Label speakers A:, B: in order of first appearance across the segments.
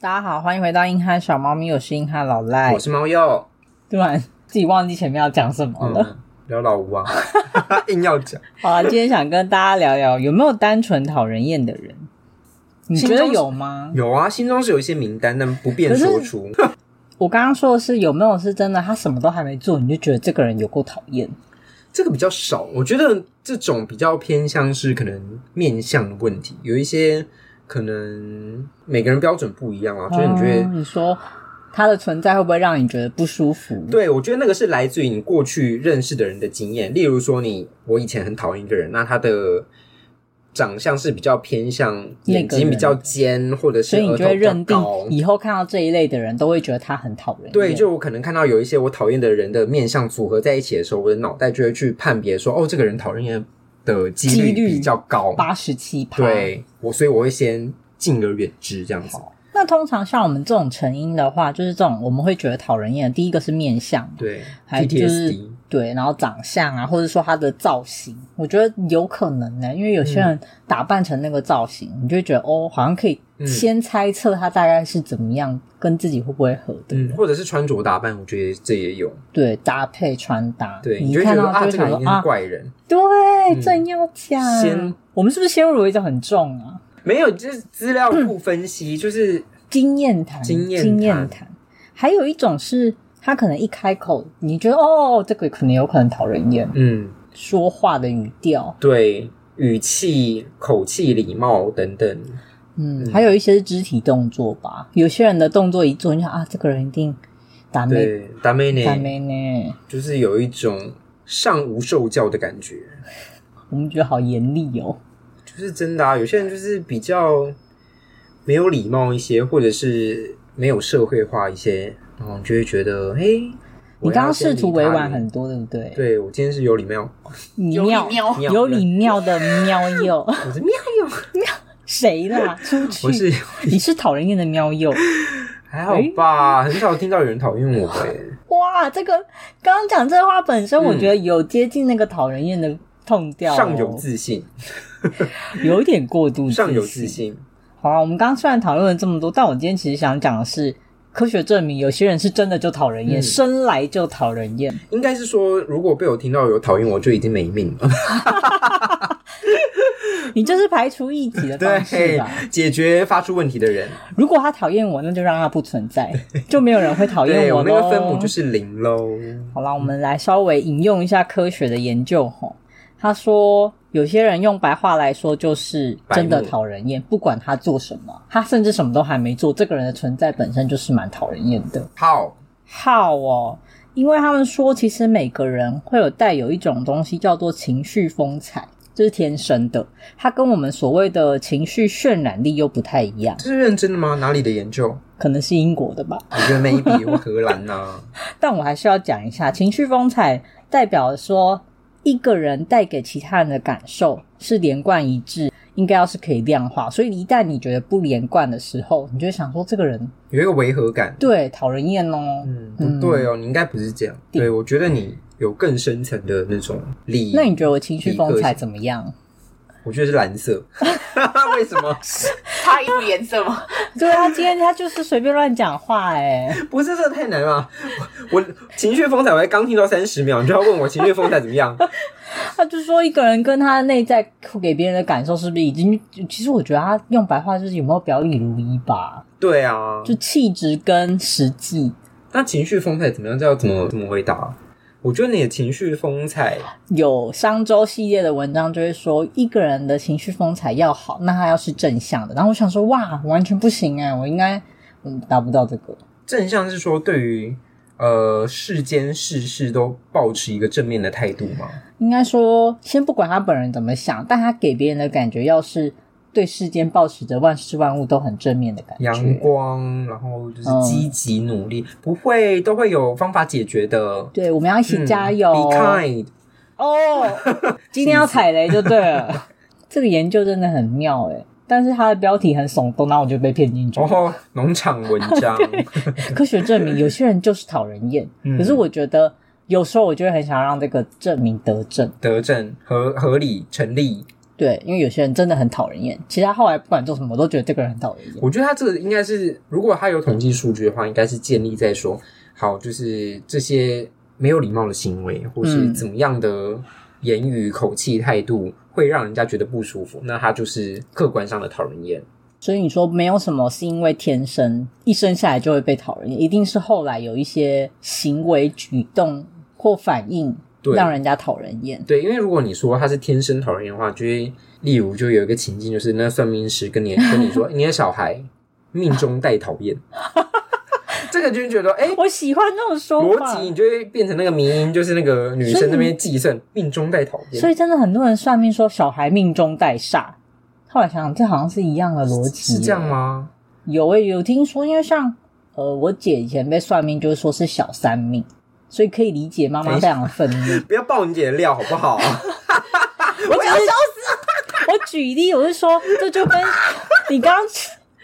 A: 大家好，欢迎回到硬汉小猫咪，我是硬汉老赖
B: 我。是猫鼬，
A: 突然自己忘记前面要讲什么了。
B: 嗯，聊老 吴啊，硬要讲，
A: 好了，今天想跟大家聊聊有没有单纯讨人厌的人？你觉
B: 心
A: 得
B: 中是
A: 有吗？
B: 有啊，心中是有一些名单，但不便说出。
A: 我刚刚说的是有没有是真的，他什么都还没做，你就觉得这个人有够讨厌。
B: 这个比较少，我觉得这种比较偏向是可能面向的问题，有一些可能每个人标准不一样啊，就是你觉
A: 哦
B: 得，
A: 你说他的存在会不会让你觉得不舒服？
B: 对我觉得那个是来自于你过去认识的人的经验，例如说你，我以前很讨厌一个人，那他的。长相是比较偏向眼睛比较尖，或者是
A: 所以你
B: 额头
A: 就会
B: 比较
A: 认定
B: 高，
A: 以后看到这一类的人都会觉得他很讨人厌。
B: 对，就我可能看到有一些我讨厌的人的面相组合在一起的时候，我的脑袋就会去判别说，哦，这个人讨人厌的几
A: 几
B: 率
A: 率
B: 比较高。
A: 八十七趴。，
B: 对我，所以我会先敬而远之这样子。
A: 那通常像我们这种成因的话，就是这种我们会觉得讨人厌的，第一个是面相，
B: 对
A: 还有就是
B: ，PTSD，
A: 对，然后长相啊，或者说他的造型，我觉得有可能呢、因为有些
B: 嗯
A: 人打扮成那个造型，你就会觉得哦，好像可以
B: 嗯
A: 先猜测他大概是怎么样，跟自己会不会合的。
B: 嗯，或者是穿着打扮，我觉得这也有。
A: 对，搭配穿搭，
B: 对，
A: 你
B: 你
A: 一
B: 就会觉
A: 看
B: 得
A: 到
B: 啊，
A: 就会
B: 这个
A: 想
B: 人
A: 说
B: 一定
A: 啊
B: 是，怪人。
A: 对，
B: 嗯
A: 正要讲，
B: 先
A: 我们是不是先入为主很重啊？
B: 没有，就是资料库分析，就是
A: 经验谈，
B: 经验谈
A: 经验谈。还有一种是他可能一开口，你觉得哦，这个可能有可能讨人厌，
B: 嗯，
A: 说话的语调，
B: 对，语气、口气、礼貌等等。
A: 嗯，
B: 嗯
A: 还有一些是肢体动作吧。有些人的动作一做，你想啊，这个人一定打妹
B: 对，达妹
A: 打
B: 呢，
A: 妹呢，
B: 就是有一种上无受教的感觉。
A: 我们觉得好严厉哦。
B: 就是真的啊，有些人就是比较没有礼貌一些，或者是没有社会化一些，然后你就会觉得，嘿，
A: 你
B: 我
A: 刚
B: 要
A: 刚
B: 先
A: 试图
B: 理
A: 委
B: 他
A: 婉
B: 一
A: 很多，对不对？，
B: 对我今天是有礼貌，
A: 你妙
C: 妙
B: 妙
A: 有礼妙的喵佑，
B: 我是喵哟，
A: 谁啦？出
B: 我
A: 去！
B: 是
A: 你是讨人厌的 喵佑。
B: 还好吧，很少听到有人讨厌我哎、
A: 哇，这个刚刚讲这话本身，
B: 嗯
A: 我觉得有接近那个讨人厌的痛调、哦，
B: 哎上有自信，
A: 有一点过度，
B: 上有自。信，
A: 好啊，我们刚刚虽然讨论了这么多，但我今天其实想讲的是，科学证明有些人是真的就讨人厌，
B: 嗯
A: 生来就讨 人厌。
B: 应该是说，如果被我听到有讨厌我，就已经没命 了。
A: 你就是排除异己的方式
B: 对
A: 吧。，
B: 解决发出问题的人，
A: 如果他讨厌我，那就让他不存在，就没有人会讨厌
B: 对我
A: 喽。
B: 那个分母就是零喽。
A: 好啦，我们来稍微引用一下科学的研究吼。他说，有些人用白话来说就是真的讨人厌，不管他做什么，他甚至什么都还没做，这个人的存在本身就是蛮讨人厌的。
B: 好，
A: 好哦，因为他们说，其实每个人会有带有一种东西叫做情绪风采，这、是天生的，它跟我们所谓的情绪渲染力又不太一样，
B: 这是认真的吗？哪里的研究？
A: 可能是英国的吧。
B: 我觉得 maybe 或荷兰啊呐、
A: 但我还是要讲一下，情绪风采代表说一个人带给其他人的感受是连贯一致，应该要是可以量化。所以一旦你觉得不连贯的时候，你就会想说这个人
B: 有一个违和感。
A: 对讨人厌哦。
B: 嗯，不对哦，你应该不是这样。
A: 对
B: 对，我觉得你有更深层的那种利益。
A: 那你觉得我情绪风采怎么样？
B: 我觉得是蓝色， 为什么？
C: 差一副颜色吗？
A: 对啊，今天他就是随便乱讲话哎、
B: 不是这太难了。我我情绪风采，我才刚听到三十秒，你就要问我情绪风采怎么样？
A: 他就说一个人跟他的内在给别人的感受是不是已经？其实我觉得他用白话就是有没有表里如一吧，
B: 对啊，
A: 就气质跟实际
B: 那情绪风采怎么样？这要怎么怎么回答？我觉得你的情绪风采，
A: 有商周系列的文章就会说，一个人的情绪风采要好，那他要是正向的。然后我想说，哇，完全不行哎、我应该嗯达不到这个。
B: 正向是说对于呃世间世事都保持一个正面的态度吗？
A: 应该说，先不管他本人怎么想，但他给别人的感觉要是对世间保持着万事万物都很正面的感
B: 阳
A: 觉。
B: 光，然后就是
A: 嗯
B: 积极努力，不会都会有方法解决的。
A: 对，我们要一起
B: 嗯
A: 加油。
B: ，Be kind。
A: 哦，今天要踩雷就 对了。这个研究真的很妙哎、但是它的标题很耸动，然后我就被骗进去。
B: 然后哦农场文 章，
A: 科学证明有些人就是讨人厌，
B: 嗯
A: 可是我觉得有时候我就会很想让这个证明得证。
B: 德政合合理成立，
A: 对，因为有些人真的很讨人厌，其实他后来不管做什么，我都觉得这个人很讨人厌。
B: 我觉得他这个应该是，如果他有统计数据的话，应该是建立在说，好，就是这些没有礼貌的行为，或是
A: 嗯
B: 怎么样的言语、口气、态度，会让人家觉得不舒服，那他就是客观上的讨人厌。
A: 所以你说没有什么是因为天生一生下来就会被讨人厌，一定是后来有一些行为举动或反应
B: 对
A: 让人家讨人厌。
B: 对，因为如果你说他是天生讨人厌的话，就会例如就有一个情境，就是那算命师跟你跟你说，你的小孩命中带讨厌，这个就觉得哎。
A: 我喜欢这种说
B: 逻
A: 法
B: 辑，，你就会变成那个迷因，就是那个女生那边计算命中带讨厌，
A: 所以真的很多人算命说小孩命中带煞，后来想想这好像是一样的逻辑，
B: 是这样？吗？
A: 有诶、有听说，因为像呃，我姐以前被算命就是说是小三命，所以可以理解妈妈非常的 愤怒。
B: 不要爆你姐的料好不好？啊
A: 我只是我举例，我是说，这就跟 你刚 刚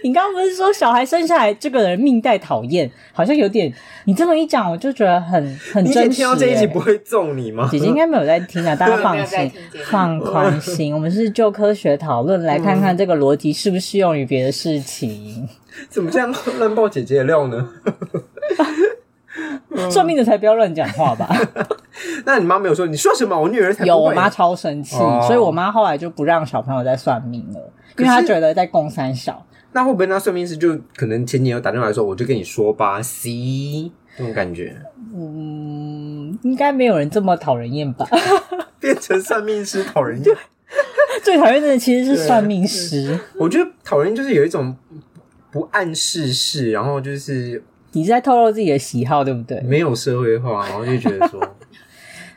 A: 你刚刚不是说小孩生下来这个人命带讨厌，好像有点。你这么一讲，我就觉得很 很
B: 你姐
A: 真
B: 听
A: 实、
B: 到这一集
A: 欸
B: 不。会揍你吗？
A: 姐姐应该没有在听 啊，大家
C: 没
A: 放
C: 有在
A: 心
C: 听姐姐，
A: 放宽 心。我们是就科学讨论，来看看这个逻辑适不适用于别的事情。
B: 怎么这样乱爆姐姐的料呢？
C: 嗯
A: 算命的才不要乱讲话 吧。
B: 那你妈没有说你说什么？我女儿才不会
A: 有我妈超生气，
B: 哦
A: 所以我妈后来就不让小朋友再算命了，因为她
B: 可是
A: 觉得在供三小。
B: 那会不会那算命师就可能前几天有打电话来说，我就跟你说吧，C 这种感觉
A: 嗯，应该没有人这么讨人厌吧？
B: 变成算命师讨人厌。
A: 最讨厌的其实是算命师。
B: 我觉得讨人厌就是有一种不谙世事，然后就是
A: 你是在透露自己的喜好，对不对？
B: 没有社会化，然后就觉得 说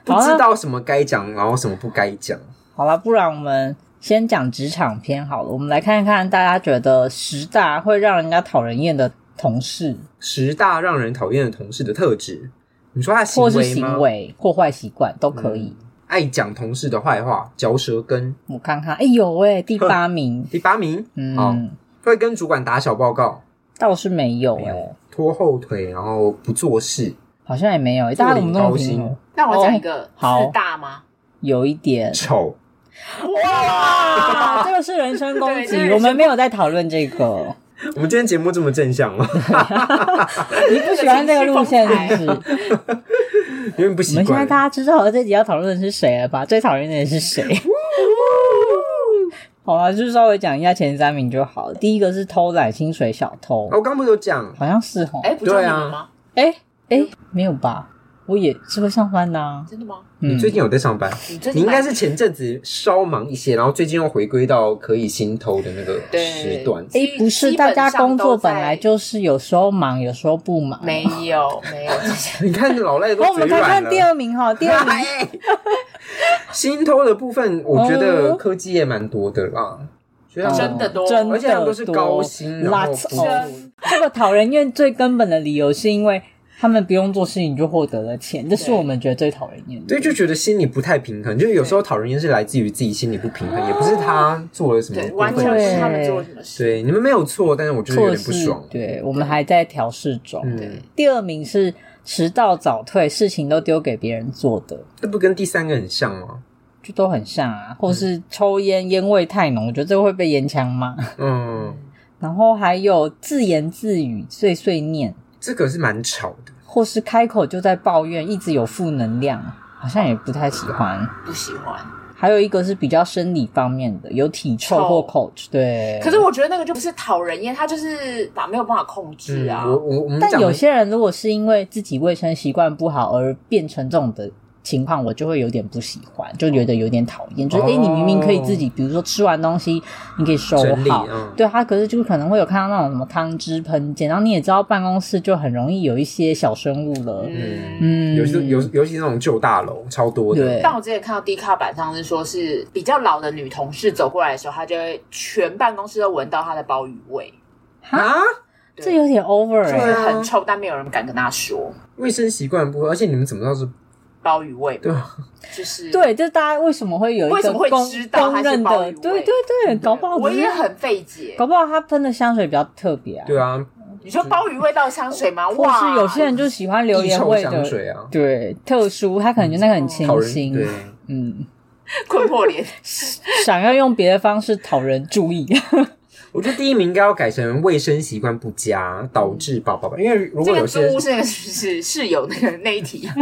B: 不
A: 好啊
B: 知道什么该讲，然后什么不该讲。
A: 好了，不然我们先讲职场篇好了。我们来看看大家觉得十大会让人家讨人厌的同事，
B: 十大让人讨厌的同事的特质，你说他的行
A: 或是
B: 为吗？
A: 行为或坏习惯都可以。
B: 爱讲同事的坏话，嚼舌根。
A: 我看看，哎、有哎、第八 名，
B: 第八名，好
A: 嗯，
B: 会跟主管打小报告，
A: 倒是没有
B: 没
A: 哎、
B: 有拖后腿，然后不做事，
A: 好像也没有、欸，
B: 坐
A: 大家怎
B: 领
A: 么那
B: 高
A: 么平
B: 薪
A: 衡，
C: 那我讲一个
A: 好
C: 自大吗？
A: 有一 点
B: 丑。
A: 哇，啊这个是人身攻
C: 对这是人
A: 击，
C: 身
A: 我们没有在讨论这个。
B: 我们今天节目这么正向吗？
A: 你不喜欢这个路线是不是？
B: 有点不
A: 我
B: 习
A: 们现在
B: 惯。
A: 大家知道这集要讨论的是谁了吧？最讨厌的人是谁？ 好了，就稍微讲一下前三名就好了。第一个是偷懒薪水小偷，
B: 哦我刚不是有讲，
A: 好像是吼。
C: 哎，不就
B: 对
C: 你
B: 啊
C: 们吗？
A: 哎哎，没有吧？我也是会上班的啊。
C: 真的吗？
B: 你
A: 嗯，
B: 最近有在上班？
C: 你最
B: 你
C: 近
B: 应该
C: 买
B: 是前阵子稍忙一些，然后最近又回归到可以心偷的那个
C: 对
B: 时段。
A: 哎，不是，大家工作本来
C: 基
A: 就是有时候忙，有时候不忙。
C: 没有没有，
B: 你看老赖都
A: 哦好，我
B: 嘴
A: 们看
B: 软
A: 看
B: 了。哎
A: 第二名哈，第二 名
B: 心偷的部分，我觉得科技也蛮多的啦，觉得他们
C: 真的多，
A: 哦嗯真
B: 而
A: 的
B: 且他们都是高薪，然后
A: Lots
B: 不
A: of
C: 真
A: 这个讨人厌最根本的理由是因为他们不用做事情就获得了钱，这是我们觉得最讨人厌的。
B: 对，就觉得心里不太平衡，就是有时候讨人厌是来自于自己心里不平衡，也不是他做了什么
C: 对，
B: 过分的
C: 完
B: 事，
C: 全是他们做了什么事？
B: 对，你们没有错，但是我就是有
A: 错
B: 点不
A: 是
B: 爽。，
A: 对我们还在调试中。
B: 嗯
C: 对，
A: 第二名是迟到早退，事情都丢给别人做的，
B: 这不跟第三个很像吗？
A: 就都很像啊，或是抽烟烟味太浓，我觉得这个会被烟枪骂。
B: 嗯，
A: 然后还有自言自语、碎碎念，
B: 这个是蛮吵的。
A: 或是开口就在抱怨，一直有负能量，好像也不太喜欢。
C: 不喜欢。
A: 还有一个是比较生理方面的，有体臭或
C: 臭
A: 口臭。对，
C: 可是我觉得那个就不是讨人厌，他就是把没有办法控制啊
B: 嗯，。我我我们
A: 但
B: 讲
A: 有些人如果是因为自己卫生习惯不好而变成这种的情况，我就会有点不喜欢，就觉得有点讨厌。就是
B: 哦
A: 哎、诶你明明可以自己，比如说吃完东西，你可以收
B: 整理，
C: 啊
A: 好。
B: 嗯，
A: 对他，啊可是就可能会有看到那种什么汤汁喷溅，然后你也知道办公室就很容易有一些小生物了。
C: 嗯，
A: 嗯，
B: 尤其是尤尤其是那种旧大楼，超多的。
A: 对
C: 但我之前看到 D 卡版上是说，是比较老的女同事走过来的时候，她就会全办公室都闻到她的鲍鱼味，
B: 啊，
C: 对
A: 这有点 over
C: 就
A: 哎、
C: 是
B: 对啊
C: 很臭，但没有人敢跟她说
B: 卫生习惯不合，而且你们怎么知道是？
C: 鲍鱼味，
B: 对，
C: 就是
A: 对，这大家为什么会有一
C: 为
A: 个
C: 什么会
A: 公
C: 知道
A: 公
C: 它是
A: 认
C: 鲍鱼
A: 的？对
C: 味
A: 对对，搞不好
C: 我
A: 只是
C: 也很费解
A: 搞。不好他喷的香水比较特别啊。
B: 对啊，
C: 你说鲍鱼味道香水吗？
A: 或
C: 哇，
A: 是有些人就喜欢榴
B: 地
A: 莲
B: 臭
A: 味
B: 香
A: 的，
B: 水啊，
A: 对，特殊，他可能就那个
B: 讨
A: 很清
B: 人
A: 新，
B: 对。
A: 嗯，
C: 困惑脸，
A: 想要用别的方式讨人注意。
B: 我觉得第一名应该要改成卫生习惯不佳导致宝宝吧，因为如
C: 这
B: 果有
C: 个
B: 些
C: 租
B: 人，
C: 屋是那个是室友那个那一题，啊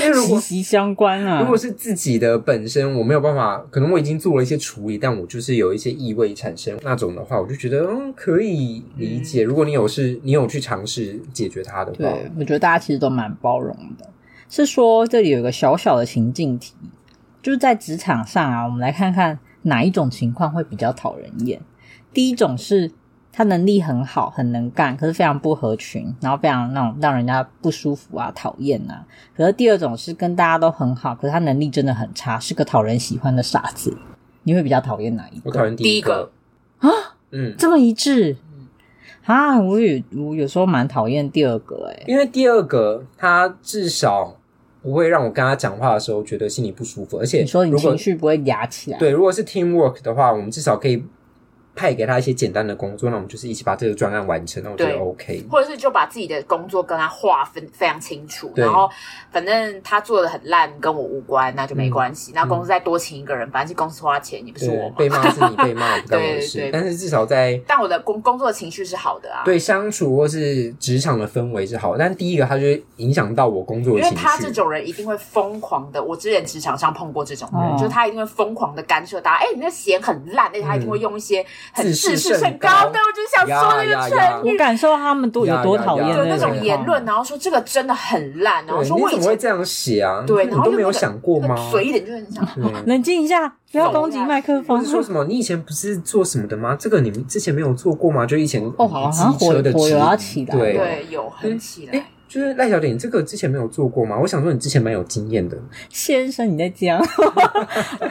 B: 因为如
A: 息
B: 果
A: 息相关啊
B: 如！果是自己的本身，我没有办法，可能我已经做了一些处理，但我就是有一些异味产生那种的话，我就觉得嗯可以理解。如果你有是，你有去尝试解决它的话，
A: 嗯对，我觉得大家其实都蛮包容的。是说这里有一个小小的情境题，就是在职场上啊，我们来看看哪一种情况会比较讨人厌。第一种是他能力很好，很能干，可是非常不合群，然后非常那种让人家不舒服啊、讨厌啊。可是第二种是跟大家都很好，可是他能力真的很差，是个讨人喜欢的傻子。你会比较讨厌哪一
B: 我
A: 个？
B: 讨厌第
C: 第
B: 一
C: 一个
B: 啊，嗯，
A: 这么一致啊！我有我有时候蛮讨厌第二个哎、
B: 因为第二个他至少不会让我跟他讲话的时候觉得心里不舒服，而且
A: 你说你
B: 如果
A: 情绪不会压起来，
B: 对，如果是 team work 的话，我们至少可以派给他一些简单的工作，那我们就是一起把这个专案完成，那我觉得
C: 对
B: OK。
C: 或者是就把自己的工作跟他划分非常清楚，
B: 对
C: 然后反正他做的很烂，跟我无关，那就没关系。那公司再多请一个人，反正是公司花钱，也不是我
B: 嗯对，
C: 嘛。
B: 被骂是你被骂， 我不干我的
C: 对
B: 事
C: 对。
B: 但是至少在
C: 但我的工工作情绪是好的啊，
B: 对相处或是职场的氛围是好，但第一个它就会影响到我工作的
C: 因为
B: 情
C: 他这
B: 绪。
C: 种人一定会疯狂的，我之前职场上碰过这种人，
A: 哦
C: 就是他一定会疯狂的干涉大家。哎、你那弦很烂，哎而且他一定会用一些很
B: 自视
C: 自视
B: 甚
C: 甚
B: 高
C: 对我就是想说那
B: 呀呀
C: 个
B: 呀
C: 成
A: 我
C: 语，
A: 感受到他们多
B: 呀
A: 有多讨厌
B: 呀
C: 就
B: 呀
C: 那
A: 种
C: 种言论，
A: 呢。
C: 然后说这个真的很烂，然后
B: 对，
C: 说
B: 你
C: 我
B: 怎
C: 以
B: 么会
C: 前
B: 这样写啊？
C: 对，
B: 你
C: 然后
B: 都
C: 用
B: 没有
C: 那个
B: 想过吗？
C: 那个嘴脸就是很想
B: 对
A: 冷静一下，不要攻击麦克
B: 不
A: 风
B: 是。
C: 嗯
B: 说什么，你以前不是做什么的吗？这个你们之前没有做过吗？就以前
A: 哦好
B: 机
A: 像火
B: 车的
A: 火
B: 指
A: 有要
B: 引
C: 啊
A: 起来
B: 对
C: 对有很起来。
B: 哎，就是赖小姐，你这个之前没有做过吗？我想说你之前蛮有经验的，
A: 先生，你在讲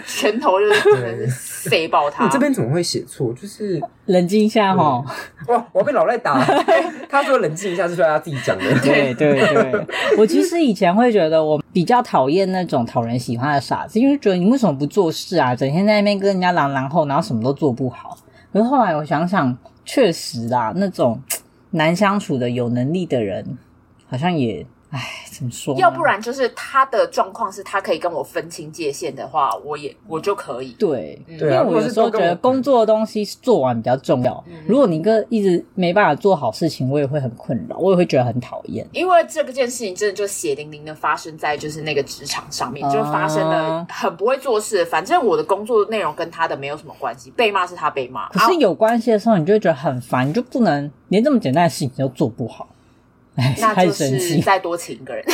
C: 拳头就是真的是塞爆他。
B: 你这边怎么会写错？就是
A: 冷静一下哈。
B: 哇，我要被老赖 打。他说冷静一下，是说他自己讲的。
A: 对对对， 我其实以前会觉得我比较讨厌那种讨人喜欢的傻子，因为觉得你为什么不做事啊？整天在那边跟人家狼狼后，然后什么都做不好。可是后来我想想，确实啦，那种难相处的有能力的人，好像也唉，怎么说呢？
C: 要不然就是他的状况是他可以跟我分清界限的话，我也我就可以。
A: 对，
C: 嗯
B: 对
A: 因
B: 啊
A: 为我有时候觉得工作的东西是做完比较重要
C: 嗯。
A: 如果你个一直没办法做好事情，我也会很困扰，我也会觉得很讨厌。
C: 因为这个件事情真的就血淋淋的发生在就是那个职场上面，
A: 啊
C: 就发生了很不会做事。反正我的工作内容跟他的没有什么关系，被骂是他被骂。
A: 可是
C: 啊
A: 有关系的时候，你就会觉得很烦，你就不能连这么简单的事情都做不好，哎，
C: 那
A: 太
C: 就
A: 神
C: 是
A: 奇。
C: 再多请一个人，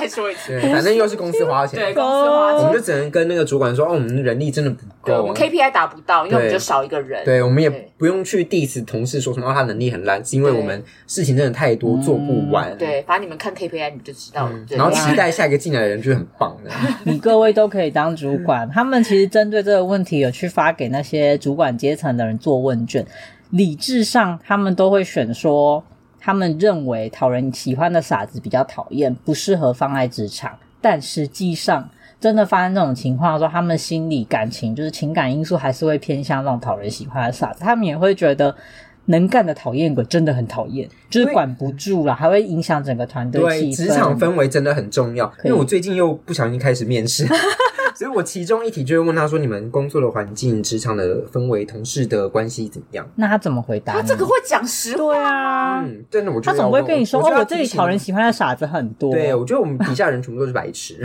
C: 再说一次。
B: 对，反正又是公司花
C: 对，
B: 钱，
C: 公司花
B: 我们
C: 钱，
B: 就只能跟那个主管说，哦，我们人力真的不
C: 对我
B: 够
C: 们。KPI 达不到，因为我们
B: 对
C: 就少一个人。
B: 对，我们也
C: 对
B: 不用去 diss 同事说什么哦他能力很烂，是因为
C: 对嗯
B: 我们事情真的太多，做不完。
C: 对，反正你们看 KPI 你们就知道了。对
B: 嗯然后期待下一个进来的人就是很棒的。
A: 你各位都可以当主
B: 嗯
A: 管，他们其实针对这个问题有去发给那些主管阶层的人做问卷，理智上他们都会选说，他们认为讨人喜欢的傻子比较讨厌，不适合放在职场，但实际上。真的发生这种情况的时候，他们心理感情就是情感因素还是会偏向那种讨人喜欢的傻子，他们也会觉得能干的讨厌鬼真的很讨厌，就是
B: 对
A: 管不住了，还会影响整个团队
B: 对，
A: 气氛。
B: 职场氛围真的很重要。
A: 对
B: 因为我最近又不小心开始面试， 所以我其中一题就会问他说：“你们工作的环境、职场的氛围、同事的关系怎么样
A: 那他怎么回答呢？
C: 啊他这个会讲实话，
A: 对啊，？”
B: 嗯，真的，我就
A: 他
B: 要
A: 总不会跟你说
B: 就
A: 哦，
B: 要
A: 我这里
B: 提醒
A: 讨人喜欢的傻子很多。
B: 对，我觉得我们底下人全部都是白 痴。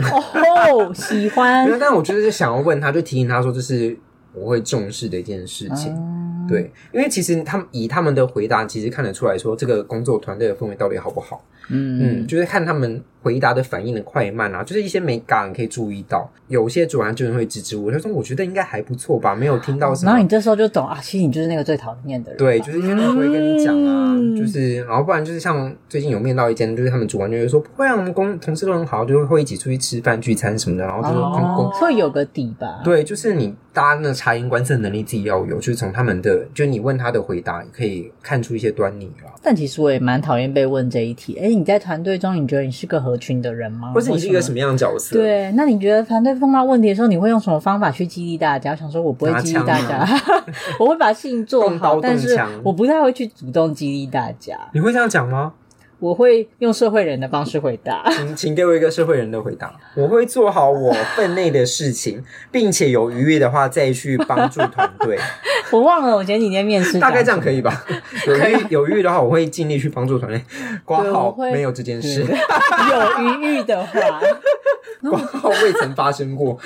A: 哦，喜欢
B: 没有，但我就是想要问他，就提醒他说，这是我会重视的一件事情。
A: 嗯
B: 对，因为其实他们以他们的回答，其实看得出来说这个工作团队的氛围到底好不好。嗯，
A: 嗯，
B: 就是看他们回答的反应的快慢啊，就是一些美感可以注意到。有些主管就是会支支吾吾，他说我觉得应该还不错吧，没有听到什
A: 然后你
B: 么。
A: 这时候就懂啊，其实你就是那个最讨厌的人。
B: 对，，就是因为他们会跟你讲啊，
A: 嗯
B: 就是然后不然就是像最近有面到一间，就是他们主管就会说不会啊，我们公同事都很好，就会一起出去吃饭聚餐什么的，然后就是公公
A: 哦，会有个底吧？，
B: 对，就是你大家那察言观色能力自己要有，就是从他们的，就是你问他的回答，可以看出一些端倪啦。
A: 但其实我也蛮讨厌被问这一题。哎，你在团队中，你觉得你是个合群的人吗？
B: 或是你是一个什
A: 么？
B: 么样的角色？，
A: 对，那你觉得团队碰到问题的时候，你会用什么方法去激励大家？我想说，我不会激励大家
B: 拿，啊
A: 我会把事情做
B: 动刀
A: 好，
B: 动
A: 但是
B: 枪
A: 我不太会去主动激励大家。
B: 你会这样讲吗？
A: 我会用社会人的方式回答。
B: 请请给我一个社会人的回答。我会做好我分内的事 情，并且有余裕的话再去帮助团队。
A: 我忘了，我前几天面试
B: 大概这样可以吧？有余有余裕的话，我会尽力去帮助团队。挂
A: 对我
B: 号
A: 会
B: 没有这件 事，
A: 有余裕的话。
B: 挂号未曾发生 过。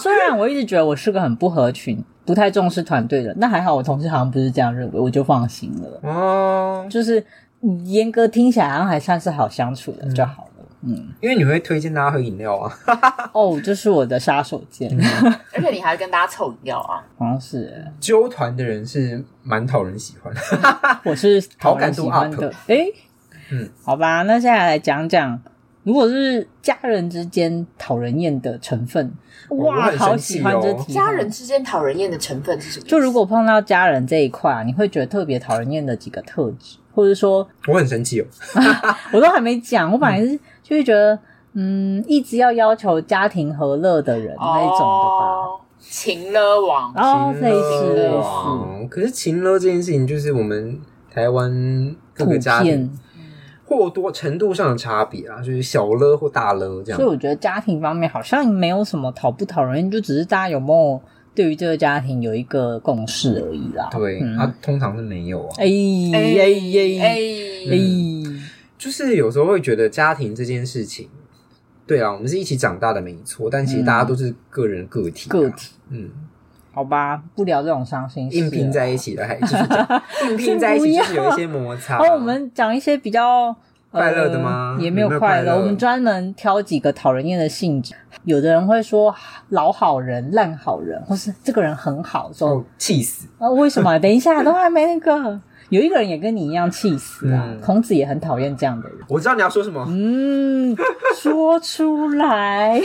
A: 虽然我一直觉得我是个很不合群、不太重视团队的人，那还好我同事好像不是这样认为，我就放心了。
B: 哦，
A: 就是嗯严格听起来好像还算是好相处的就好了。嗯，
B: 因为你会推荐大家喝饮料啊。
A: 哦，这是我的杀手锏，
B: 嗯
C: 而且你还跟大家凑饮料啊，
A: 好像是
B: 纠团的人是蛮讨人喜欢的。
A: 我是
B: 好
A: 讨
B: 感
A: 人喜
B: 度
A: 欢
B: up
A: 的。诶，
B: 嗯，
A: 好吧，那现在来讲讲。如果是家人之间讨人厌的成分，
B: 我
A: 哇，
B: 很
A: 好
B: 生
A: 喜
B: 气
A: 欢这
B: 哦
A: 题哦。
C: 家人之间讨人厌的成分是什么意思？
A: 就如果碰到家人这一块啊，你会觉得特别讨人厌的几个特质，或者说
B: 我很生气哦。
A: 我都还没讲，我本来是就会觉得，嗯，一直要要求家庭和乐的人那一种的
C: 哦，情勒王
A: 吧。然后
B: 情
A: 类
B: 勒
A: 似类似，
B: 王可是情勒这件事情，就是我们台湾各
A: 普
B: 个家庭
A: 遍。
B: 或多程度上的差别啊，就是小勒或大勒这样。
A: 所以我觉得家庭方面好像没有什么讨不讨人厌，就只是大家有没有对于这个家庭有一个共识而已啦。
B: 对，他、
A: 嗯
B: 通常是没有啊。
A: 哎哎哎
C: 哎，
A: 哎，
B: 就是有时候会觉得家庭这件事情，对啊，我们是一起长大的没错，但其实大家都是个人个体、啊，
A: 嗯个，体。
B: 嗯，
A: 好吧，不聊这种伤心事了。
B: 硬拼在一起的还 就是这
A: 啊
B: 样硬拼在一起就是有一些摩擦。啊
A: 哦然后我们讲一些比较、呃
B: 快乐的吗
A: 也没有
B: 有没有
A: 快
B: 快乐
A: 乐，我们专门挑几个讨人厌的性质。有的人会说啊老好人、烂好人，或是这个人很好，说
B: 哦气死，
A: 啊为什么？等 一下都还没那个。有一个人也跟你一样气死啊！
B: 嗯
A: 孔子也很讨厌这样的人。
B: 我知道你要说什么。
A: 嗯，说出 来，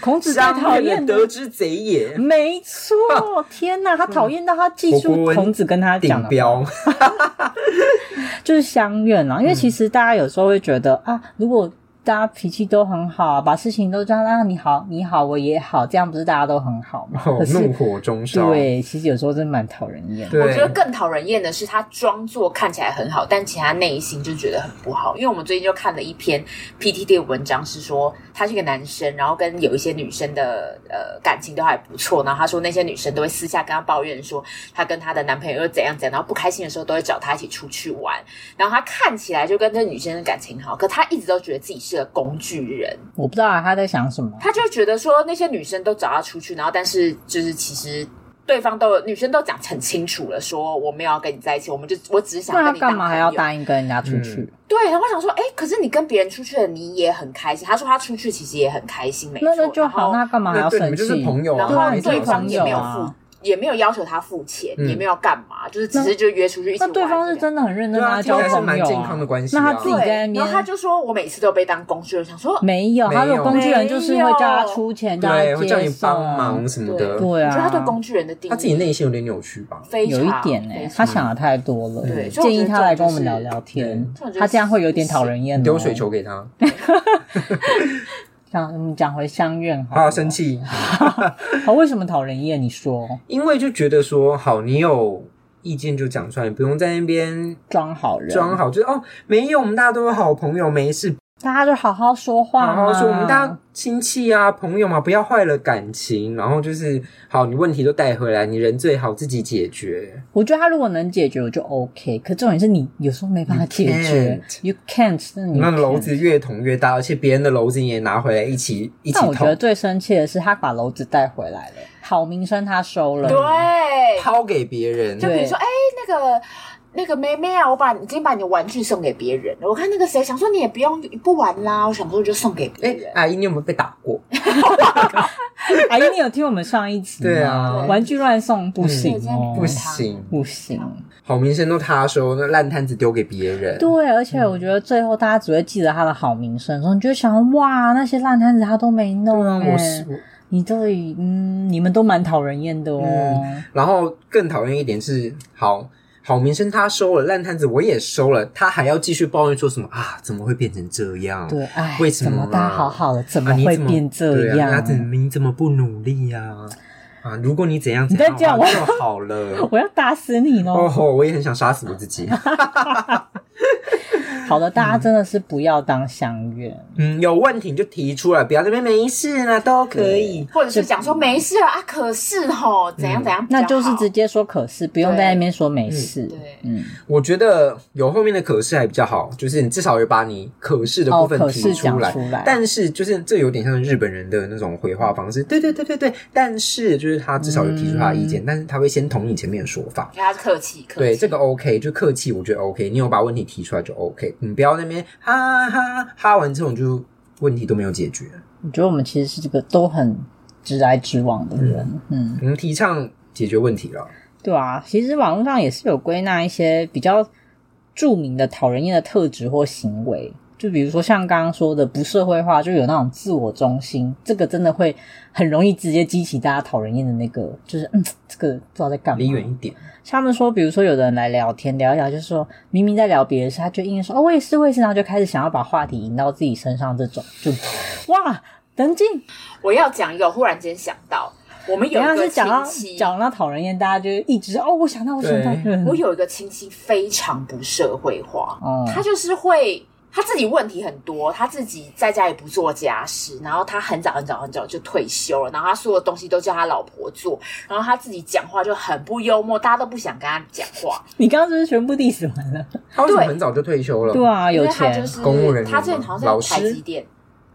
A: 孔子最
B: 相
A: 讨
B: 悦
A: 厌
B: 的
A: 的嗯
B: 得之贼也，
A: 没错，天哪，他讨厌到他记
B: 我国
A: 住
B: 文
A: 孔子跟他讲
B: 顶
A: 的话
B: 标。
A: 就是相怨啊，
B: 嗯
A: 因为其实大家有时候会觉得、啊，如果大家脾气都很好，啊把事情都这样，啊、你好，你好，我也好，这样不是大家都很好吗？
B: 哦
A: 可， 是
B: 怒火中烧。
A: 对，其实有时候真的蛮讨人厌的。
B: 对
C: 我觉得更讨人厌的是，他装作看起来很好，但其实他内心就觉得很不好。因为我们最近就看了一篇 PTT 的文章，是说他是一个男生，然后跟有一些女生的呃感情都还不错，然后他说那些女生都会私下跟他抱怨说，他跟他的男朋友又怎样怎样，然后不开心的时候都会找他一起出去玩，然后他看起来就跟这女生的感情好，可他一直都觉得自己是个工具人。
A: 我不知道、啊、他在想什么。
C: 他就觉得说那些女生都找他出去，然后但是就是其实对方都有女生都讲很清楚了，说我没有要跟你在一起，我们就我只是想
A: 那他
C: 跟你当
A: 干嘛还要
C: 朋友
A: 答应跟人家出去？
B: 嗯
C: 对，然后我想说，哎，可是你跟别人出去了，你也很开心。他说他出去其实也很开心，没错。
A: 那那就好，
C: 然后
A: 那他干嘛还要
B: 那对你
A: 生
B: 们就是
A: 气？
B: 朋友
C: 然
B: 啊，
A: 对啊
C: 后
A: 你
B: 没什么
A: 就是
C: 对
B: 好
C: 方
A: 朋
B: 生
C: 也
B: 气
A: 友
C: 没有
A: 啊
C: 付，也没有要求他付钱，
B: 嗯
C: 也没有干嘛，就是只是就约出去一起
A: 那
C: 玩。
A: 对方是
C: 这样
A: 真的很认真
B: 对啊
A: 他交
B: 听起来是
A: 朋
B: 蛮
A: 友、
B: 健康的关系啊
A: 那他自己
C: 对
A: 在那
C: 然后他
A: 边
C: 就说我每次都被当工具人，想说
A: 没有，
B: 没
A: 他如
B: 有
A: 果工具人就是会叫他出钱，叫
B: 对，
A: 他
B: 会叫
A: 接
B: 你
A: 送，啊
B: 帮忙什么的。
A: 对
C: 我
A: 啊，
C: 觉得他对工具人的定义，
B: 他自己内心有点扭曲吧？
C: 非常
A: 有一点呢、
C: 非常
A: 他想的太多了。
C: 对所以我
A: 建议
C: 觉得
A: 他
C: 这
A: 来
C: 种
A: 跟我
C: 就
A: 们
C: 是
A: 聊聊天
C: 这种，就
A: 他
C: 是
A: 这样会有点讨人厌、哦。
B: 丢水，球给他，
A: 像我们讲回相怨好，
B: 他要生。气，
A: 好，为什么讨人厌？你说
B: 因为就觉得说，好，你有意见就讲出来，你不用在那边
A: 装好人，
B: 装，好，就是哦，没有，我们大家都是好朋友，没事，
A: 大家就好好说话嘛，
B: 好好说，我们大家亲戚啊，朋友嘛，不要坏了感情。然后就是，好，你问题都带回来，你人最好自己解决。
A: 我觉得他如果能解决，我就 OK。可重点是你有时候没办法解决
B: can't
A: ，You can't，那你
B: 那篓
A: can't
B: 子越捅越大，而且别人的篓子你也拿回来一起一起
A: 但我觉得
B: 捅，
A: 最生气的是他把篓子带回来了，好名声他收
B: 啊
A: 了。
C: 对，
B: 抛给别人。
C: 就比如
A: 对
C: 说，哎、那个那个妹妹啊，我把你今天把你的玩具送给别人了。我看那个谁想说你也不用不玩啦，我想说就送给别
B: 哎、
C: 人。
B: 阿姨，你有没有被打过？
A: 阿姨，你有听我们上一集吗？
B: 对啊
A: 玩具乱送不行哦，
C: 嗯
B: 不行，
A: 不行。
B: 好名声都他收，那烂摊子丢给别人。嗯
A: 对，而且我觉得最后大家只会记得他的好名声，说你就想哇，那些烂摊子他都没弄
B: 啊，
A: 哎、
B: 我是。我
A: 你对，嗯，你们都蛮讨人厌的哦。
B: 嗯然后更讨厌一点是，好好名声他收了，烂摊子我也收了，他还要继续抱怨说什么啊？怎么会变成这样？
A: 对，哎，
B: 为什
A: 怎
B: 么
A: 么
B: 啊
A: 大家好好的，怎
B: 啊，
A: 么
B: 你
A: 会
B: 怎么
A: 变这样？
B: 对啊、你怎么你怎么不努力呀、啊？如果你怎样
A: 你
B: 怎样
A: 再这
B: 的
A: 样 我
B: 话就好了。哦
A: 我要打死你喽！
B: 哦吼，我也很想杀死我自己。
A: 好的，大家真的是不要当相怨，
B: 嗯，有问题你就提出来，不要这边没事啦，都可以。
C: 或者是讲说没事啊，可是吼怎样怎样比较
A: 嗯那
C: 好，
A: 就是直接说可是，不用在那边说没事。
C: 对
A: 嗯，
B: 我觉得有后面的可是还比较好，就是你至少有把你可是的部
A: 哦，
B: 分
A: 可
B: 提
A: 是
B: 出
A: 讲
B: 来。
A: 出来，
B: 但是就是这有点像日本人的那种回话方式，对对对对对。但是就是他至少有提出他的意见，但是他会先同意前面的说法。
C: 给他客气客气。
B: 对，这个 OK，就客气，我觉得 OK。你有把问题提出来就 OK，你不要那边哈哈哈哈完之后你就问题都没有解决。
A: 我觉得我们其实是这个都很直来直往的人，嗯
B: 我们提倡解决问题了，
A: 对啊，其实网络上也是有归纳一些比较著名的讨人厌的特质或行为，就比如说像刚刚说的不社会化，就有那种自我中心，这个真的会很容易直接激起大家讨人厌的那个，就是嗯，这个不知道在干嘛。
B: 离远一点。
A: 像他们说，比如说有的人来聊天聊一聊，就是说明明在聊别的事，他就硬说哦我也是我也是，然后就开始想要把话题引到自己身上，这种就哇。等进，
C: 我要讲一个，忽然间想到，我们有
A: 等一
C: 一
A: 下
C: 个
A: 是讲到
C: 亲戚，
A: 讲到讨人厌，大家就一直哦，我想到我想到，
B: 对
A: 嗯
C: 我有一个亲戚非常不社会化，
A: 哦
C: 他就是会。他自己问题很多，他自己在家也不做家事，然后他很早很早很早就退休了，然后他所有东西都叫他老婆做，然后他自己讲话就很不幽默，大家都不想跟他讲话。
A: 你刚刚是不是全部 diss 完了？
B: 他为什么
C: 对
B: 很早就退休了？
A: 对啊，
C: 因
A: 有
C: 为他
A: 钱
C: 就是
B: 公务人员
C: 他之前
B: 吗
C: 好
B: 老
C: 像在台
B: 师
C: 积电，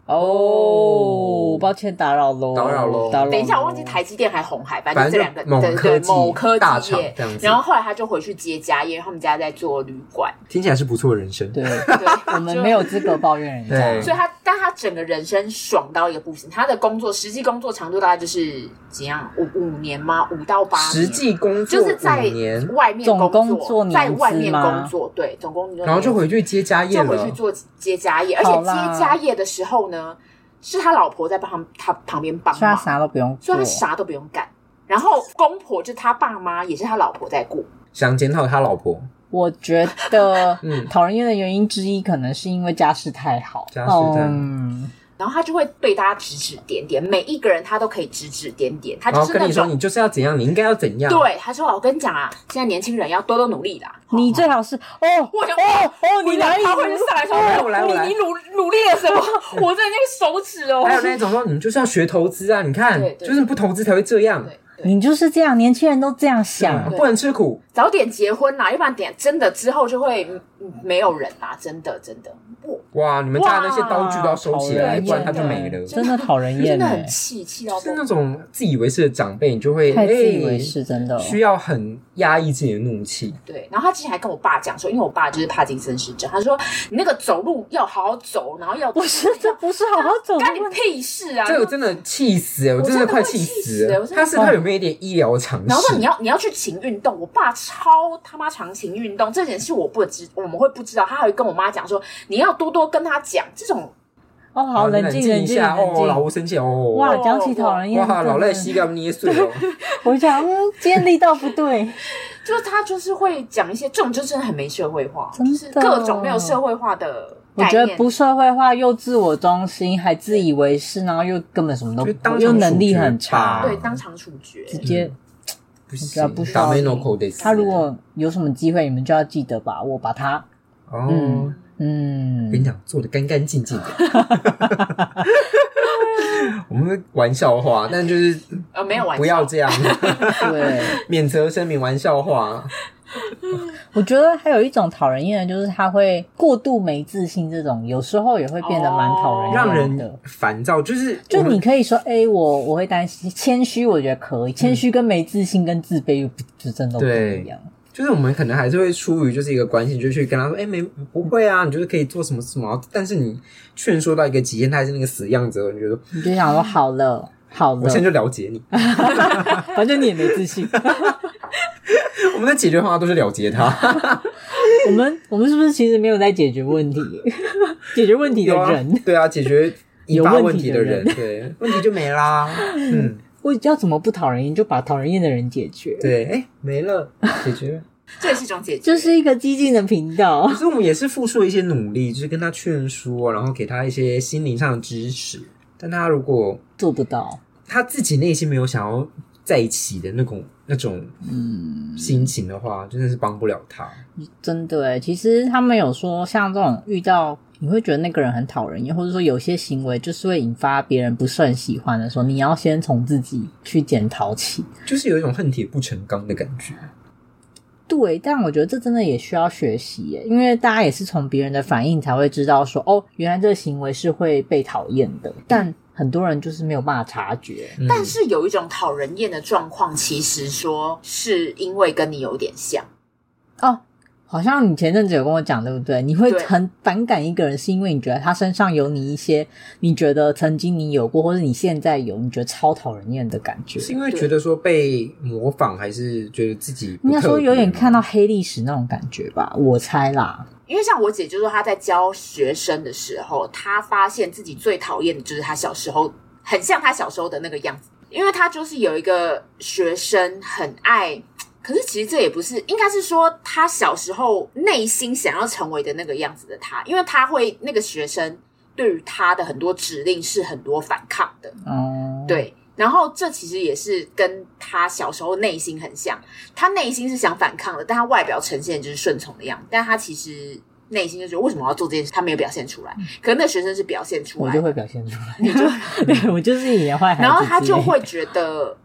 A: 哦。抱歉，打扰喽，
B: 打扰喽
A: 打扰。
C: 等一下我忘记，台积电还红海，反
B: 反正
C: 正这两个
B: 就某
C: 对
B: 科
C: 对
B: 技
C: 某科
B: 大
C: 技
B: 厂
C: 业
B: 这样。子
C: 然后后来他就回去接家业，因为他们家在做旅馆，
B: 听起来是不错的人生。
A: 对，
C: 对，
A: 我们
C: 就
A: 没有资格抱怨人
B: 对
A: 家。
C: 所以他，但他整个人生爽到一个不行。他的工作实际工作长度大概就是怎样五五年吗？五到八年，
B: 实际工作
C: 就是在
B: 五年，
C: 外面
A: 总
C: 工
A: 工作
C: 在
A: 年资
C: 外面
A: 吗
C: 工作，对，总工作年资，
B: 然后就回去接家业
C: 就回
B: 了
C: 去。做接家业，而且
A: 好
C: 接
A: 啦
C: 家业的时候呢，是他老婆在帮他他旁边帮
A: 所以他
C: 忙，
A: 啥都不用
C: 所
A: 做
C: 以他，啥都不用干。然后公婆就是他爸妈，也是他老婆在顾。
B: 想检讨他老婆，
A: 我觉得
B: 嗯
A: 讨人厌的原因之一，可能是因为家世太好。
B: 家世太好
A: 嗯，
C: 然后他就会对大家指指点点，每一个人他都可以指指点点，他
B: 然
C: 就
B: 后
C: 是那
B: 跟你说
C: 种
B: 你就是要怎样，你应该要怎样。
C: 对，他说：“我跟你讲啊，现在年轻人要多多努力啦。
A: 你最好是哦
C: 我想
A: 哦哦，你哪里
C: 他会上来说：“
B: 来我来我来
C: 你你努努力了什么？ 我这那个手指哦。”
B: 还有那种说，你们就是要学投资啊！你看
C: 对，对
B: 就是不投资才会这样，
C: 对对，
A: 你就是这样，年轻人都这样想
C: 啊
B: 嗯。不能吃苦。
C: 早点结婚啦，要不然点真的之后就会嗯嗯没有人啦，真的真的，我
B: 哇，你们家的那些
C: 哇
B: 刀具都要收起
A: 讨
B: 来，
A: 人
B: 不然它就
A: 厌
B: 没了。
A: 真的讨人厌
C: 真的
A: 欸
C: 很，气，气到
B: 就是
C: 爆
B: 那种自以为是的长辈，你就会
A: 太自以
B: 哎
A: 为是，真 的。
B: 需要很压抑自己的怒气。
C: 对。然后他之前还跟我爸讲说，因为我爸就是帕金森氏症，他说你那个走路要好好走，然后要
A: 不是，这不是好好走的
C: 干你
A: 问题。
C: 屁事啊！
B: 这个真的气死哎！我
C: 我
B: 真
C: 真的
B: 快
C: 会
B: 气
C: 气
B: 死
C: 死欸
B: 了
C: 我。真的
B: 他是他有没有一点医疗常识？
C: 然后说你要你要去勤运动，我爸超他妈常勤运动，这件事我不知我们会不知道，他还会跟我妈讲说你要多多跟他讲这种，
A: 哦，好，冷静，
B: 啊静
A: 冷
B: 一
A: 静，
B: 下
A: 冷
B: 哦，
A: 静。
B: 老吴生气哦。
A: 哇，
C: 哦
A: 讲起讨人厌，
B: 哇，老
A: 真的
B: 赖膝盖捏碎 了。哦
A: 我想，嗯，今天力道不 对，
C: 就是他就是会讲一些这种就真的很没社会化，
A: 真的
C: 就是各种没有社会化的
A: 我
C: 概
A: 觉得
C: 念。
A: 不社会化，又自我中心，还自以为是，然后又根本什么都
B: 就当
A: 不，
B: 场
A: 又能力很
B: 处
A: 差，
B: 决吧
C: 对，当场处决。
A: 直接
B: 不
A: 知道不需要
B: 打没
A: 你
B: no call this。
A: 他如果有什么机会，你们就要记得把握，把他，
B: 哦
A: 嗯，嗯
B: 我跟，你讲，做的干干净净的。 我们是玩笑 话，但就是
C: 呃，没有玩笑，
B: 不要这样，
A: 对，
B: 免责声明，玩笑
C: 哦
B: 话。
A: 我觉得还有一种讨人厌的，就是他会过度没自信，这种有时候也会变得蛮讨人厌
B: 让
A: 的，
B: 人烦躁，就是
A: 就
B: 我们
A: 你可以说，哎、我我会担心，谦虚我觉得可以，谦虚跟没自信跟自卑又不就真的不
B: 嗯对
A: 一样。
B: 就是我们可能还是会出于就是一个关心，就去跟他说，哎、没不会啊，你就是可以做什么什么，但是你劝说到一个极限，他还是那个死样子，你觉得
A: 你就想说，好了好
B: 我
A: 了
B: 现在，就了解 你，
A: 反正你也没自信。
B: 我们的解决方法都是了结他，
A: 我们我们是不是其实没有在解决问题？ 解决问题的
B: 有啊
A: 人，
B: 对啊，解决引
A: 有
B: 发
A: 问
B: 问
A: 题
B: 题
A: 的
B: 的人， 对，问题就没啦，嗯，
A: 我要怎么不讨人厌，就把讨人厌的人解决。
B: 对，哎、没了，解决。
C: 这也是一种解决。
A: 这是一个激进的频道
B: 可，是我们也是付出了一些努力，就是跟他劝说，然后给他一些心灵上的支持，但他如果
A: 做不到。
B: 他自己内心没有想要在一起的那种那种嗯心情的话，真的是帮不了他。
A: 真的欸，其实他们有说，像这种遇到你会觉得那个人很讨人厌，或者说有些行为就是会引发别人不是很喜欢的时候，你要先从自己去检讨起。
B: 就是有一种恨铁不成钢的感觉。
A: 对，但我觉得这真的也需要学习耶，因为大家也是从别人的反应才会知道说，哦，原来这个行为是会被讨厌的，但很多人就是没有办法察觉。
B: 嗯
C: 但是有一种讨人厌的状况，其实说是因为跟你有点像，
A: 哦，好像你前阵子有跟我讲，对不对？你会
C: 对
A: 很反感一个人，是因为你觉得他身上有你一些你觉得曾经你有过，或者你现在有，你觉得超讨人厌的感觉。
B: 是因为觉得说被模仿，还是觉得自己不
A: 应该
B: 特
A: 说
B: 别
A: 有点
B: 吗
A: 看到黑历史那种感觉吧，我猜啦。
C: 因为像我姐就说她在教学生的时候，她发现自己最讨厌的就是她小时候很像她小时候的那个样子，因为她就是有一个学生很爱。可是其实这也不是，应该是说她小时候内心想要成为的那个样子的她，因为她会那个学生对于她的很多指令是很多反抗的，
A: 哦，，
C: 对，然后这其实也是跟他小时候内心很像，他内心是想反抗的，但他外表呈现的就是顺从的样子，但他其实内心就觉得为什么我要做这件事，他没有表现出来。可能那学生是表现出
A: 嗯我
C: 来
A: 就
C: 的，
A: 会表现出来。你就 对我就是你的坏孩子之类的，
C: 然后他就会觉得。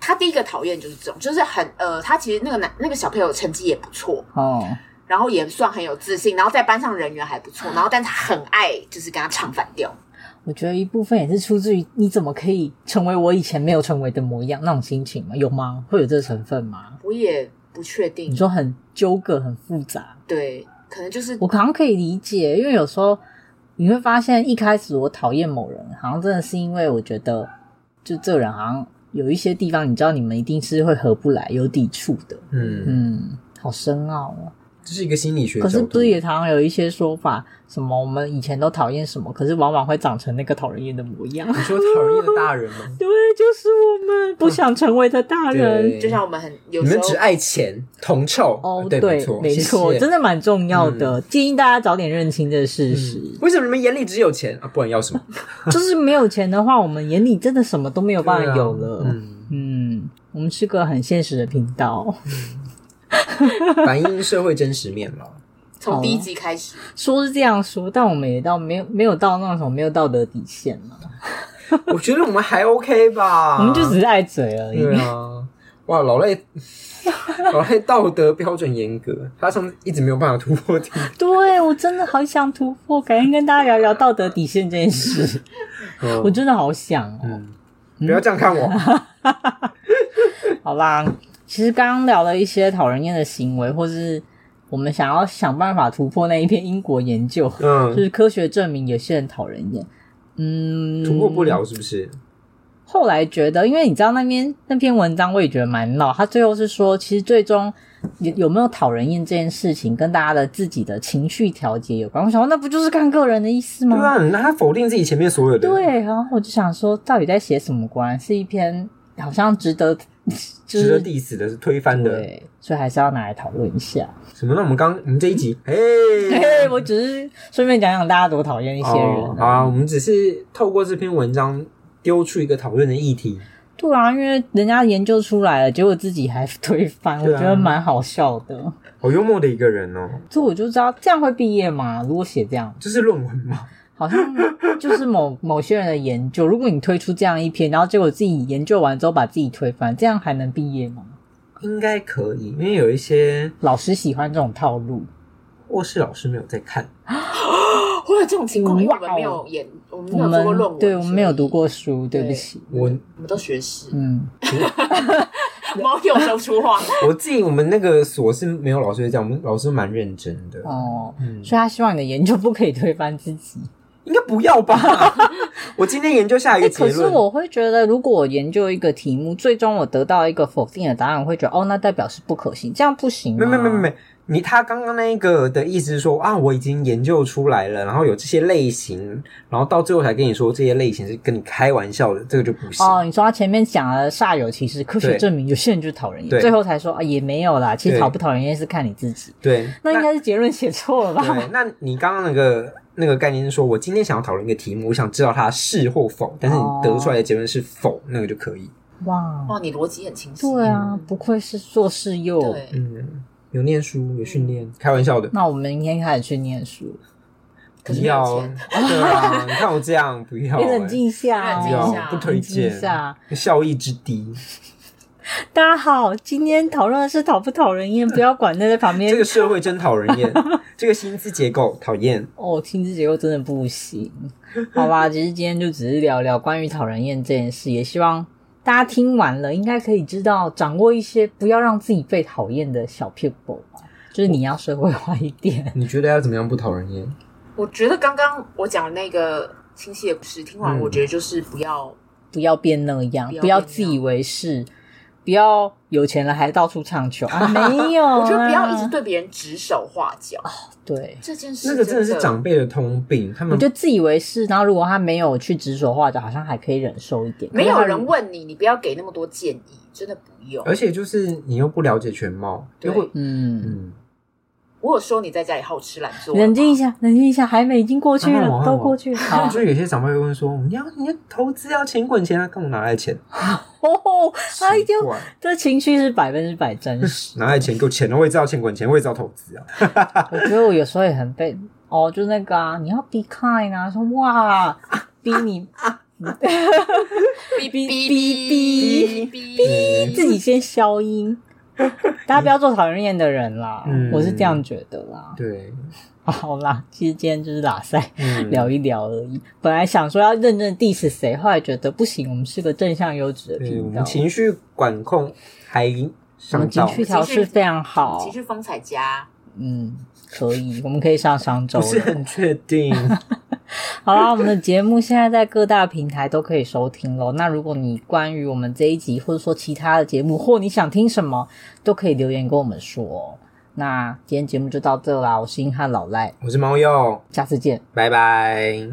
C: 他第一个讨厌就是这种，就是很呃，他其实那个男那个小朋友成绩也不错，
A: 哦，
C: 然后也算很有自信，然后在班上人缘还不错，然后但他很爱就是跟他唱反调，
A: 我觉得一部分也是出自于你怎么可以成为我以前没有成为的模样那种心情吗？有吗？会有这个成分吗？
C: 我也不确定
A: 你，说很纠葛、很复杂，
C: 对，可能就是
A: 我好像可以理解，因为有时候你会发现，一开始我讨厌某人，好像真的是因为我觉得，就这个人好像有一些地方，你知道你们一定是会合不来、有抵触的。
B: 嗯，
A: 嗯，好深奥哦。
B: 这是一个心理学
A: 可
B: 角
A: 是
B: 度。
A: 不是也常常有一些说法，什么我们以前都讨厌什么，可是往往会长成那个讨人厌的模 样。
B: 你说讨人厌的大人 吗？
A: 对，就是我们不想成为的大人。
B: 对，
C: 就像我们很有
B: 你
C: 时
B: 们
C: 候
B: 只爱钱、铜臭呃
A: 哦，
B: 对，没错，
A: 没
B: 谢
A: 错，
B: 谢
A: 真的蛮重要的，建议大家早点认清这个事实。
B: 嗯为什么你们眼里只有钱啊？不然要什么？
A: 就是没有钱的话，我们眼里真的什么都没有办
B: 对
A: 法
B: 啊
A: 有了。
B: 嗯，
A: 嗯，我们是个很现实的频道。
B: 反映社会真实面了。
C: 从第一集开始，
A: 说是这样说，但我们也到没有没有到那种没有道德底线了，
B: 我觉得我们还 OK 吧，
A: 我们就只是爱嘴而已。
B: 啊对啊。哇，老赖， 老赖道德标准严格，他上次一直没有办法突破第一。
A: 对我真的好想突破，改天跟大家聊聊道德底线这 件事，
B: 嗯
A: 我真的好想哦。
B: 嗯，不要这样 看我。
A: 好啦，其实刚刚聊了一些讨人厌的行为，或是我们想要想办法突破那一篇英国研究，就
B: 嗯，
A: 是科学证明有些人讨人厌。嗯，
B: 突破不。了是不是？
A: 后来觉得，因为你知道那边那篇文章，我也觉得蛮闹。他最后是说，其实最终有有没有讨人厌这件事情，跟大家的自己的情绪调节有关。我想说，那不就是看个人的意思吗？
B: 对啊，那他否定自己前面所有的。
A: 嗯对，然后我就想说，到底在写什么？果然是一篇好像值得，就
B: 值得
A: 是
B: diss 的是推翻的。
A: 对，所以还是要拿来讨论一下。
B: 什么？那我们刚我们这一 集，哎，
A: 对，我只是顺便讲讲大家多讨厌一些
B: 哦
A: 人
B: 好啊，我们只是透过这篇文章丢出一个讨论的议题。
A: 对啊，因为人家研究出来了，结果自己还推翻，我
B: 对啊
A: 觉得蛮好笑的。
B: 好幽默的一个人哦，
A: 所以我就知道这样会毕业吗？如果写这样，
B: 这是论文吗？
A: 好像就 是某某些人的研究。如果你推出这样一篇，然后结果自己研究完之后把自己推翻，这样还能毕业吗？
B: 应该可以，因为有一些
A: 老师喜欢这种套路。
B: 卧室老师没有在看。
C: 会有这种情况，因为
A: 哇哦
C: 我们没有研，我们没
A: 我
C: 有
A: 们
C: 做过论文，
A: 对我们没有
C: 所以
A: 读，过书，对
C: 对
A: 不起。
B: 我
C: 我们都学士，
A: 嗯，
C: 猫有说出话，
B: 我自己我们那个所是没有老师会这样，我们老师蛮认真的。
A: 哦，
B: 嗯，
A: 所以他希望你的研究不可以推翻自己。
B: 应该不要吧？我今天研究下一
A: 哎，
B: 个
A: 可
B: 结
A: 是
B: 论，
A: 我会觉得，如果我研究一个题目，最终我得到一个否定的答案，我会觉得哦，那代表是不可行，这样不行。啊
B: 没没没没，没，你他刚刚那一个的意思是说啊，我已经研究出来了，然后有这些类型，然后到最后才跟你说这些类型是跟你开玩笑的，这个就不行。
A: 哦，你说他前面讲了煞有其事，科学
B: 对
A: 证明有些人就是讨人厌，
B: 对
A: 最后才说啊也没有啦，其实
B: 对
A: 讨不讨人厌是看你自己。
B: 对，
A: 那应该是结论写错了吧？
B: 对，那你刚刚那个那个概念是说，我今天想要讨论一个题目，我想知道它是或否，但是你得出来的结论是否，那个就可以。
A: 哇，
C: 哇，你逻辑很清晰。
A: 对啊，不愧是硕士幼。
C: 对，
B: 嗯，有念书，有训练，开玩笑的，
A: 那我们明天开始去念书，
B: 不
C: 可是没有
B: 要，
C: 钱
B: 对啊，你看我这样，不 要、
A: 你
B: 欸，
A: 冷静一下
B: 不
C: 冷静一
A: 哦，
B: 要
C: 下，
B: 不推荐
A: 冷静一下，
B: 效益之低，
A: 大家好，今天讨论的是讨不讨人厌，不要管那在旁边
B: 这个社会真讨人厌，这个薪资结构讨厌，
A: 哦，听这结构真的不行。好吧，其实今天就只是聊聊关于讨人厌这件事，也希望大家听完了，应该可以知道掌握一些不要让自己被讨厌的小 people 吧。就是你要社会化一点，
B: 你觉得要怎么样不讨人厌？
C: 我觉得刚刚我讲的那个亲戚的故事，听完
B: 嗯
C: 我觉得就是不要
A: 不要变那样，
C: 不要
A: 不要
C: 变
A: 自以为是，不要有钱了还到处唱球啊！没有啊， 哦
C: 我觉得不要一直对别人指手画脚，
A: 对。
C: 这件事
B: 那个真的
C: 的
B: 是长辈的通病，他
A: 我
B: 们
A: 觉得自以为是，然后如果他没有去指手画脚，好像还可以忍受一点。
C: 没有
A: 可是他
C: 人问你，你不要给那么多建议，真的不用。
B: 而且就是你又不了解全貌，
C: 对
B: 如果
A: 嗯，
B: 嗯，
C: 我有说你在家里好吃懒做吗，
A: 冷静一下，冷静一下，还没，已经过去
B: 啊那我
A: 了，
B: 那
A: 都
B: 我
A: 过去了。好
B: 就是有些长辈会问说，你要你要投资要钱滚钱啊，干嘛拿来钱？
A: 哦，哎
B: 奇
A: 呦，
B: 怪
A: 这情绪是百分之百真 实。
B: 拿来钱够钱了，我也知道钱滚钱，我也知道投资啊。
A: 我觉得我有时候也很被哦，就那个啊，你要 be kind 啊，说哇，逼 你
C: 哔哔
A: 哔
C: 哔哔
A: 自己先 消音。大家不要做讨人厌的人啦，
B: 嗯
A: 我是这样觉得啦。
B: 对，
A: 好啦，其实今天就是拉塞
B: 嗯，
A: 聊一聊而已。本来想说要认真 diss 谁，后来觉得不行，我们是个正向优质的
B: 对，我
A: 频
B: 们
A: 道，
B: 情绪管控还
A: 我
B: 上
A: 们情
B: 道，
A: 绪调试非常
B: 嗯
A: 好。
C: 情绪风采佳，
A: 嗯，可以，我们可以上商周
B: 不是
A: 了。
B: 很确定。
A: 好啦，我们的节目现在在各大平台都可以收听咯。那如果你关于我们这一集，或者说其他的节目，或你想听什么，都可以留言跟我们说哦。那今天节目就到这啦，我是硬汉老赖，
B: 我是猫鼬，
A: 下次见。
B: 拜拜。